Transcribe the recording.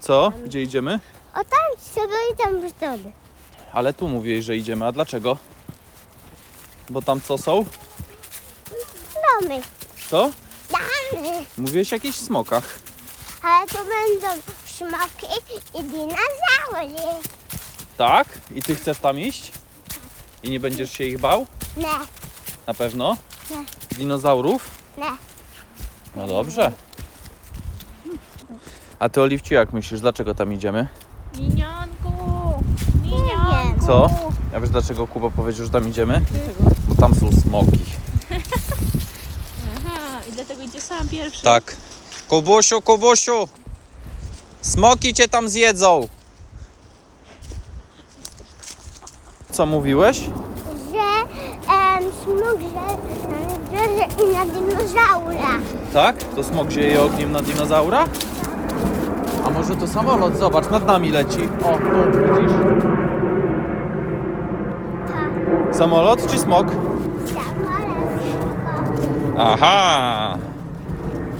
Co? Gdzie idziemy? O tam sobie i tam wtedy. Ale tu mówiłeś, że idziemy. A dlaczego? Bo tam co są? Domy. Co? Domy. Mówiłeś o jakichś smokach. Ale to będą szmoki i dinozaury. Tak? I ty chcesz tam iść? I nie będziesz się ich bał? Ne, Na pewno? ne, Dinozaurów? ne. No dobrze. A ty, Oliwciu, jak myślisz, dlaczego tam idziemy? Minionku! Nie Minionku! wiem. Co? Ja wiesz, dlaczego Kuba powiedział, że tam idziemy? Bo tam są smoki. Aha, i dlatego idzie sam pierwszy. Tak. Kubusiu, Kubusiu! Smoki cię tam zjedzą! Co mówiłeś? Że em, smok, że na niedźwiedzia i na dinozaura. Tak? To smok zieje ogniem na dinozaura? A może to samolot? Zobacz, nad nami leci. O, tu widzisz? Samolot czy smok? Tak, ale szybko. Aha!